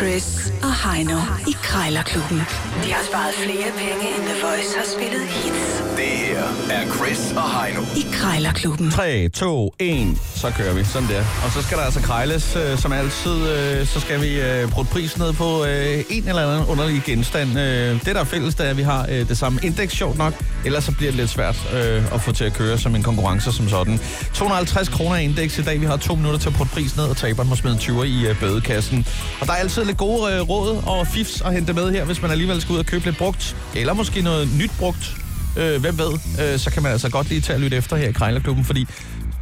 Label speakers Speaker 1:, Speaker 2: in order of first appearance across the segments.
Speaker 1: Chris og Heino i Krejlerklubben. De har sparet flere penge, end The Voice har spillet hits
Speaker 2: Det her er Chris og Heino.
Speaker 1: i Krejlerklubben.
Speaker 3: 3, 2, 1, så kører vi. Sådan der. Og så skal der altså krejles, øh, som altid. Øh, så skal vi øh, bruge pris ned på øh, en eller anden underlig genstand. Øh, det, der er fælles, det er, at vi har øh, det samme indeks, sjovt nok. Ellers så bliver det lidt svært øh, at få til at køre som en konkurrence som sådan. 250 kroner i indeks i dag. Vi har to minutter til at bruge pris ned, og taberen må smide en 20 i øh, bødekassen. Og der er altid lidt gode øh, råd og fifs at hente med her, hvis man alligevel skal ud og købe lidt brugt. Eller måske noget nyt brugt øh, hvem ved, øh, så kan man altså godt lige tage og lytte efter her i Krejlerklubben, fordi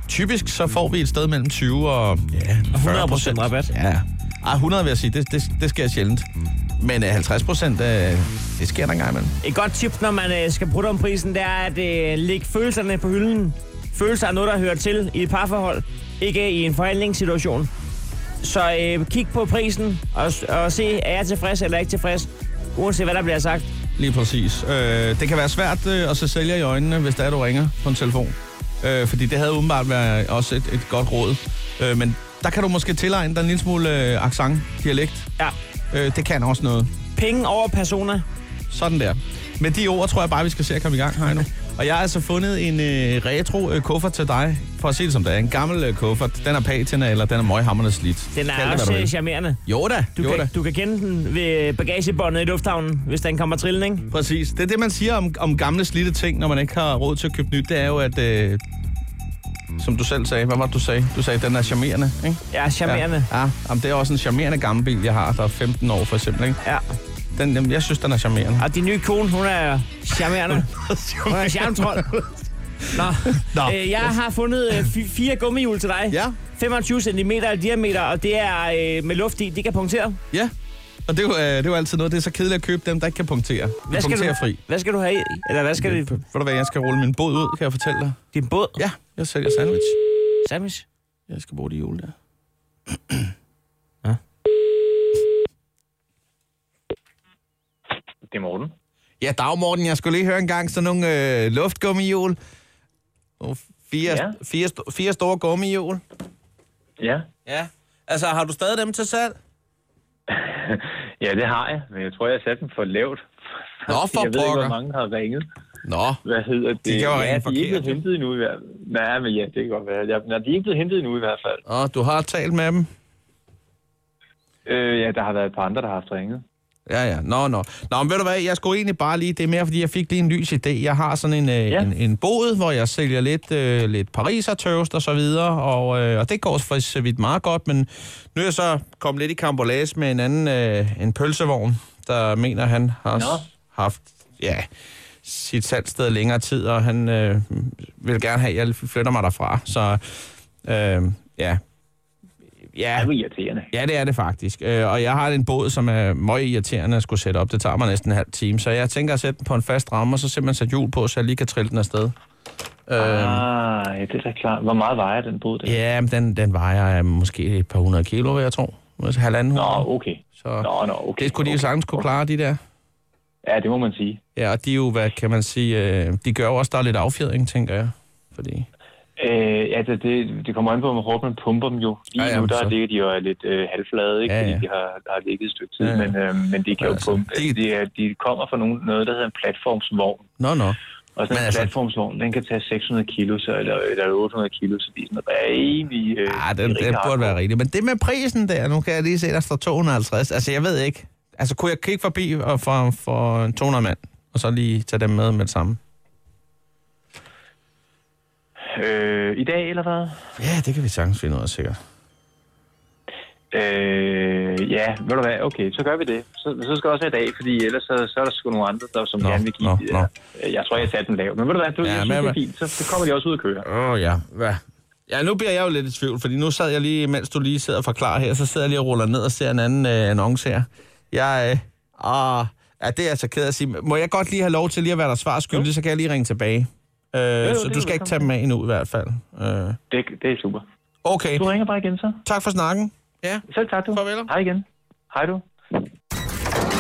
Speaker 3: typisk så får vi et sted mellem 20 og ja, 40
Speaker 4: 100% rabat.
Speaker 3: Ja. Ej, 100 vil jeg sige, det, det, det sker sjældent. Men øh, 50 procent, øh, det sker der engang imellem.
Speaker 4: Et godt tip, når man øh, skal bruge om prisen, det er at øh, lægge følelserne på hylden. Følelser er noget, der hører til i et parforhold, ikke i en forhandlingssituation. Så øh, kig på prisen og, og se, er jeg tilfreds eller ikke tilfreds, uanset hvad der bliver sagt.
Speaker 3: Lige præcis. Øh, det kan være svært øh, at se sælger i øjnene, hvis der er, du ringer på en telefon. Øh, fordi det havde umiddelbart været også et, et godt råd. Øh, men der kan du måske tilegne dig en lille smule øh, accent, dialekt.
Speaker 4: Ja,
Speaker 3: Øh, det kan også noget.
Speaker 4: penge over persona.
Speaker 3: Sådan der. Med de ord tror jeg bare, vi skal se at komme i gang, Heino. Og jeg har altså fundet en øh, retro øh, kuffert til dig, for at se det som det er. En gammel øh, kuffert. Den er patina, eller den er møghammerende slidt.
Speaker 4: Den er
Speaker 3: Kald det,
Speaker 4: også
Speaker 3: hvad du
Speaker 4: øh,
Speaker 3: vil.
Speaker 4: charmerende.
Speaker 3: Jo da,
Speaker 4: Du
Speaker 3: jo da.
Speaker 4: kan, du kan kende den ved bagagebåndet i lufthavnen, hvis den kommer trillende, ikke?
Speaker 3: Præcis. Det er det, man siger om, om gamle slidte ting, når man ikke har råd til at købe nyt. Det er jo, at... Øh, som du selv sagde. Hvad var det, du sagde? Du sagde, at den er charmerende, ikke?
Speaker 4: Ja, charmerende.
Speaker 3: Ja, ja jamen, det er også en charmerende gammel bil, jeg har, der er 15 år for eksempel, ikke?
Speaker 4: Ja. ja.
Speaker 3: Den, jamen, jeg synes, den er charmerende.
Speaker 4: Og din nye kone, hun er charmerende. Hun er charmtrold. Nå,
Speaker 3: Nå.
Speaker 4: Øh, jeg har fundet øh, fi- fire gummihjul til dig.
Speaker 3: Ja.
Speaker 4: 25 cm i diameter, og det er øh, med luft i. Det kan punktere.
Speaker 3: Ja, og det er, jo, øh, det er jo altid noget. Det er så kedeligt at købe dem, der ikke kan punktere. Vi
Speaker 4: Hvad skal,
Speaker 3: punkterer
Speaker 4: du,
Speaker 3: fri.
Speaker 4: hvad skal du have i? Eller hvad skal du...
Speaker 3: Ved du hvad, jeg skal rulle min båd ud, kan jeg fortælle dig?
Speaker 4: Din båd?
Speaker 3: Ja, jeg sælger sandwich.
Speaker 4: Sandwich?
Speaker 3: Jeg skal bruge de hjul der.
Speaker 5: Det er Morten.
Speaker 3: Ja, dag Morten, jeg skulle lige høre engang sådan nogle øh, luftgummihjul. Nogle fire, ja.
Speaker 5: Ja.
Speaker 3: fire, sto- fire store gummihjul.
Speaker 5: Ja.
Speaker 3: Ja. Altså, har du stadig dem til salg?
Speaker 5: ja, det har jeg, men jeg tror, jeg satte den for lavt.
Speaker 3: Nå, for
Speaker 5: Jeg ved ikke,
Speaker 3: pokker.
Speaker 5: hvor mange har ringet.
Speaker 3: Nå,
Speaker 5: Hvad hedder det?
Speaker 3: De kan jo
Speaker 5: ja,
Speaker 3: ringe
Speaker 5: de er ikke
Speaker 3: forkert,
Speaker 5: blevet hentet endnu i hvert fald. Nej, men ja, det kan godt være. Ja, nej, de er ikke blevet hentet endnu i hvert fald.
Speaker 3: og du har talt med dem?
Speaker 5: Øh, ja, der har været et par andre, der har haft ringet.
Speaker 3: Ja, ja. Nå, nå. Nå, men ved du hvad, jeg skulle egentlig bare lige, det er mere, fordi jeg fik lige en lys idé. Jeg har sådan en, øh, ja.
Speaker 5: Ja.
Speaker 3: en, en bod, hvor jeg sælger lidt, øh, lidt pariser tøvst og så videre, og, øh, og det går for så vidt meget godt, men nu er jeg så kommet lidt i kambolage med en anden, øh, en pølsevogn, der mener, han har
Speaker 5: Nå.
Speaker 3: s- haft, ja, sit salgsted længere tid, og han øh, vil gerne have, at jeg flytter mig derfra, så øh, ja. Ja,
Speaker 5: Det er jo irriterende.
Speaker 3: Ja, det er det faktisk. Øh, og jeg har en båd, som er meget irriterende at skulle sætte op. Det tager mig næsten en halv time. Så jeg tænker at sætte den på en fast ramme, og så simpelthen sætte hjul på, så jeg lige kan trille den afsted. Øh,
Speaker 5: Ah, ja, det er da klart. Hvor meget vejer den båd der?
Speaker 3: ja, men den, den vejer øh, måske et par hundrede kilo, vil jeg tro. Måske halvanden
Speaker 5: Nå,
Speaker 3: hundrede.
Speaker 5: okay.
Speaker 3: Så
Speaker 5: Nå, nå, okay.
Speaker 3: det skulle de jo sagtens kunne klare, de der.
Speaker 5: Ja, det må man sige.
Speaker 3: Ja, og de er jo, hvad kan man sige, øh, de gør jo også, der er lidt affjedring, tænker jeg. Fordi...
Speaker 5: Øh, ja, det, det, det kommer an på, hvor hårdt man pumper dem jo. Lige
Speaker 3: Ja,
Speaker 5: ja,
Speaker 3: ja,
Speaker 5: nu,
Speaker 3: men
Speaker 5: der
Speaker 3: så-
Speaker 5: ligger de jo er lidt øh, halvflade, ikke?
Speaker 3: Ja,
Speaker 5: Ja,
Speaker 3: ja.
Speaker 5: fordi de har, har ligget et stykke tid.
Speaker 3: Ja,
Speaker 5: Ja,
Speaker 3: ja.
Speaker 5: ja. Men, øh, men de kan
Speaker 3: Men
Speaker 5: jo
Speaker 3: altså,
Speaker 5: pumpe.
Speaker 3: de-
Speaker 5: De, de, er- de kommer fra nogen, noget, der hedder en platformsvogn.
Speaker 3: Nå, nå.
Speaker 5: Og sådan
Speaker 3: Men
Speaker 5: en
Speaker 3: altså-
Speaker 5: altså... platformsvogn, den kan tage 600 kilo, så, eller, eller 800 kilo, så de er sådan rimelig... Øh,
Speaker 3: Ja, Ah, den,
Speaker 5: rimelig
Speaker 3: den burde
Speaker 5: hardcore.
Speaker 3: være rigtig. Men det med prisen der, nu kan jeg lige se, der står 250. Altså, jeg ved ikke. Altså, kunne jeg kigge forbi og for, for en 200 mand, og så lige tage dem med med det samme?
Speaker 5: Øh, I dag, eller hvad?
Speaker 3: Ja, det kan vi sagtens finde ud af, sikkert.
Speaker 5: Øh, ja, ved du hvad, okay, så gør vi det. Så, så skal det også være i dag, fordi ellers så, så er der sgu nogle andre, der som
Speaker 3: Nå,
Speaker 5: gerne vil give
Speaker 3: nå,
Speaker 5: nå, det der. Øh, Jeg tror, jeg satte den lav. Men ved du hvad, du,
Speaker 3: Ja,
Speaker 5: ja, jeg synes,
Speaker 3: men-
Speaker 5: det er fint, så, så kommer de også ud og kører.
Speaker 3: Åh, oh, ja. Hvad? Ja, nu bliver jeg jo lidt i tvivl, fordi nu sad jeg lige, mens du lige sidder og forklarer her, så sidder jeg lige og ruller ned og ser en anden øh, annonce her. Jeg, øh, åh, ja, det er jeg så ked af at sige. Må jeg godt lige have lov til lige at være der svar skyldig, så kan jeg lige ringe tilbage. Øh,
Speaker 5: jo,
Speaker 3: så
Speaker 5: det
Speaker 3: du
Speaker 5: er
Speaker 3: skal ikke
Speaker 5: velkommen.
Speaker 3: tage dem af endnu i hvert fald. Øh,
Speaker 5: Det, det er super.
Speaker 3: okay,
Speaker 5: Du ringer bare igen så.
Speaker 3: tak for snakken. Ja.
Speaker 5: Selv tak, du.
Speaker 3: Farvel.
Speaker 5: Hej igen. Hej du.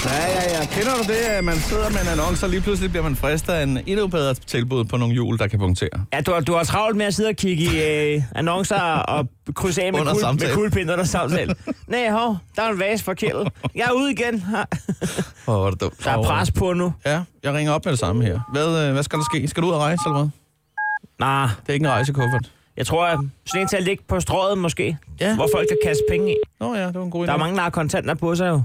Speaker 3: Ja, ja, ja. Kender du det, at man sidder med en annonce, og lige pludselig bliver man fristet af en endnu bedre tilbud på nogle hjul, der kan punktere?
Speaker 4: Ja, du, har- du har travlt med at sidde og kigge i øh, annoncer og krydse af med,
Speaker 3: Under
Speaker 4: kul,
Speaker 3: samtale.
Speaker 4: med kuglepinde under samtale. Nej, hov, der er en vase for kældet. Jeg er ude igen.
Speaker 3: Åh, hvor er det dumt.
Speaker 4: Der er pres på nu.
Speaker 3: Ja, jeg ringer op med det samme her. Hvad, øh, hvad skal der ske? Skal du ud og rejse, eller hvad?
Speaker 4: Nej,
Speaker 3: Det er ikke en rejsekuffert.
Speaker 4: jeg tror, at sådan en til at ligge på strøget måske,
Speaker 3: Ja.
Speaker 4: hvor folk kan kaste penge i.
Speaker 3: Nå ja, det var en god idé.
Speaker 4: Der er mange, der har kontanter på sig jo.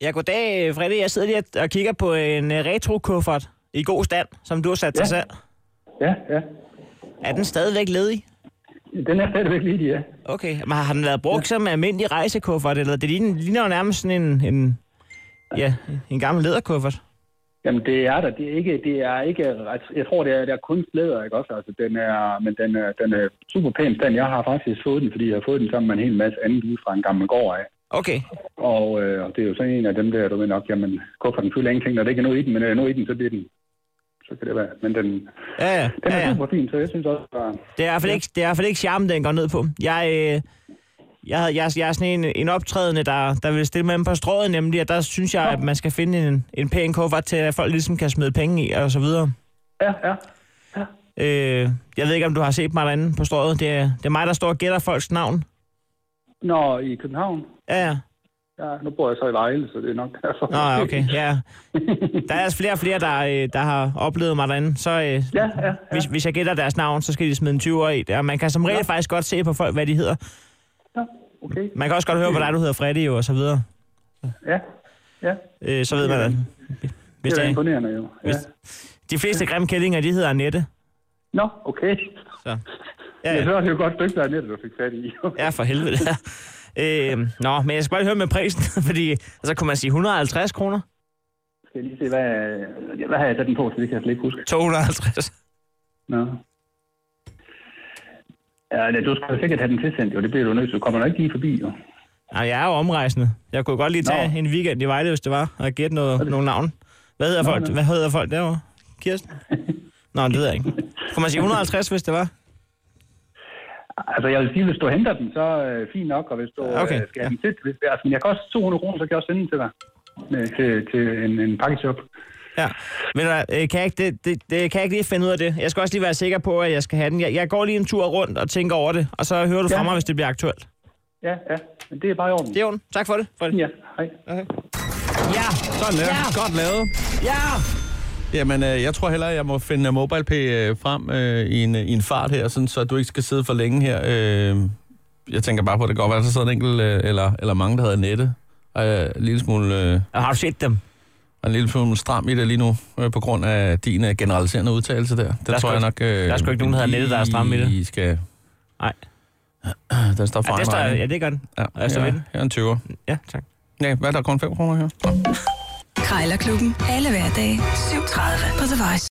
Speaker 4: Ja, goddag, øh, Fredde. Jeg sidder lige og- og kigger på en øh, retro-kuffert i god stand, som du har sat til ja. salg.
Speaker 6: Ja, ja.
Speaker 4: Er den stadigvæk ledig?
Speaker 6: Den er stadigvæk lige, ja.
Speaker 4: Okay, men har den været brugt ja. som almindelig rejsekuffert, eller det ligner, ligner jo nærmest sådan en, en, ja, en gammel læderkuffert?
Speaker 6: Jamen, det er der. Det er ikke, det er ikke ret... Jeg tror, det er, det er kunstleder, ikke også? Altså, den er, men den er, den er super pæn stand. Jeg har faktisk fået den, fordi jeg har fået den sammen med en hel masse andet ude fra en gammel gård af.
Speaker 4: Okay,
Speaker 6: Og, øh, og det er jo sådan en af dem der, du ved nok, jamen, kufferten fylder ingenting, når det ikke er noget i den, men når der er noget i den, så bliver den... Så kan det være. Men den,
Speaker 4: ja, ja.
Speaker 6: den er
Speaker 4: ja, ja.
Speaker 6: super fin, så jeg synes også, at
Speaker 4: Det er i hvert fald ikke, det er i hvert fald ikke charmen, den går ned på. Jeg, øh, jeg, havde- jeg, jeg er sådan en, en optrædende, der, der vil stille med dem på strået, nemlig, og der synes jeg, at man skal finde en, en pæn kuffert til, at folk ligesom kan smide penge i, og så videre.
Speaker 6: ja, ja.
Speaker 4: Øh, jeg ved ikke, om du har set mig derinde på strået. Det er, det er mig, der står og gætter folks navn.
Speaker 6: Når i København,
Speaker 4: Ja, ja.
Speaker 6: ja, nu bor jeg så i Vejle, så det er nok derfor.
Speaker 4: Nå, ja, okay. Ja. Der er altså flere og flere, der, øh, der har oplevet mig derinde. Så øh,
Speaker 6: Ja, ja, ja.
Speaker 4: hvis, hvis jeg gætter deres navn, så skal de smide en 20'er i. Og man kan som regel faktisk godt se på folk, hvad de hedder.
Speaker 6: ja. Okay,
Speaker 4: Man kan også godt høre på dig, du hedder Freddy jo, og så videre.
Speaker 6: ja. Ja,
Speaker 4: Øh, så ved man, at hvis
Speaker 6: det er da
Speaker 4: det,
Speaker 6: imponerende jo. Ja.
Speaker 4: hvis- de fleste grimme kællinger, de hedder Annette.
Speaker 6: Nå, okay.
Speaker 4: Så.
Speaker 6: Ja, ja.
Speaker 4: Ja,
Speaker 6: Jeg
Speaker 4: ja.
Speaker 6: hørte jo godt stykke af nettet, du fik fat i.
Speaker 4: ja for helvede. Ja. Øh, nå, men jeg skal bare lige høre med prisen, fordi altså, kunne man sige 150 kroner?
Speaker 6: Skal jeg lige se, hvad, hvad har jeg sat den på, så det kan jeg slet ikke huske.
Speaker 4: 250.
Speaker 6: Nå. Ja, nej, du skal jo sikkert have den tilsendt, jo. Det bliver du nødt til. Du kommer nok ikke lige forbi, jo.
Speaker 4: Nej, jeg er jo omrejsende. Jeg kunne godt lige tage
Speaker 6: Nå.
Speaker 4: en weekend i Vejle, hvis det var, og gætte noget, nogle navn. Hvad hedder folk, hvad hedder folk derovre? Kirsten? Nå, det ved jeg ikke. Kunne man sige 150, hvis det var?
Speaker 6: Altså, jeg vil sige, hvis du henter den, så øh, fint nok, og hvis du øh,
Speaker 4: Okay,
Speaker 6: skal have den til, hvis, altså, men jeg kan også 200 kroner, så kan jeg også sende den til dig. Med, til, til en, en pakkeshop.
Speaker 4: Ja, men øh, kan jeg, ikke, det, det, det, kan jeg ikke lige finde ud af det? Jeg skal også lige være sikker på, at jeg skal have den. Jeg, jeg går lige en tur rundt og tænker over det, og så hører du fra
Speaker 6: Ja.
Speaker 4: mig, hvis det bliver aktuelt.
Speaker 6: Ja, ja. Men det er bare i orden.
Speaker 4: Det er jo Tak for det. For det.
Speaker 6: Ja, hej.
Speaker 4: Ja,
Speaker 3: Sådan der.
Speaker 4: Ja.
Speaker 3: Godt lavet.
Speaker 4: ja!
Speaker 3: Jamen, øh, jeg tror hellere, jeg må finde MobilePay øh, frem øh, i, en, i en fart her, sådan, så du ikke skal sidde for længe her. Øh, jeg tænker bare på, at det går, være, der sidder en enkelt, øh, eller, eller mange, der hedder Nette, og øh, en lille smule... Øh,
Speaker 4: Og har du set dem?
Speaker 3: og en lille smule stram i det lige nu, øh, på grund af din øh, generaliserende udtalelse der. Det
Speaker 4: er sgu
Speaker 3: tror jeg
Speaker 4: ikke-
Speaker 3: nok... Øh, der
Speaker 4: er sgu ikke nogen, der hedder Nette, der er stram i det.
Speaker 3: I skal...
Speaker 4: Nej.
Speaker 3: Den står
Speaker 4: Ja,
Speaker 3: foran
Speaker 4: det står,
Speaker 3: mig.
Speaker 4: ja, det gør den.
Speaker 3: ja,
Speaker 4: jeg står ved
Speaker 3: ja,
Speaker 4: den.
Speaker 3: her er en 20'er.
Speaker 4: Ja, tak.
Speaker 3: Ja, hvad er der kun 5 kroner her?
Speaker 1: Krejlerklubben. Alle hverdage. 7.30 på The Voice.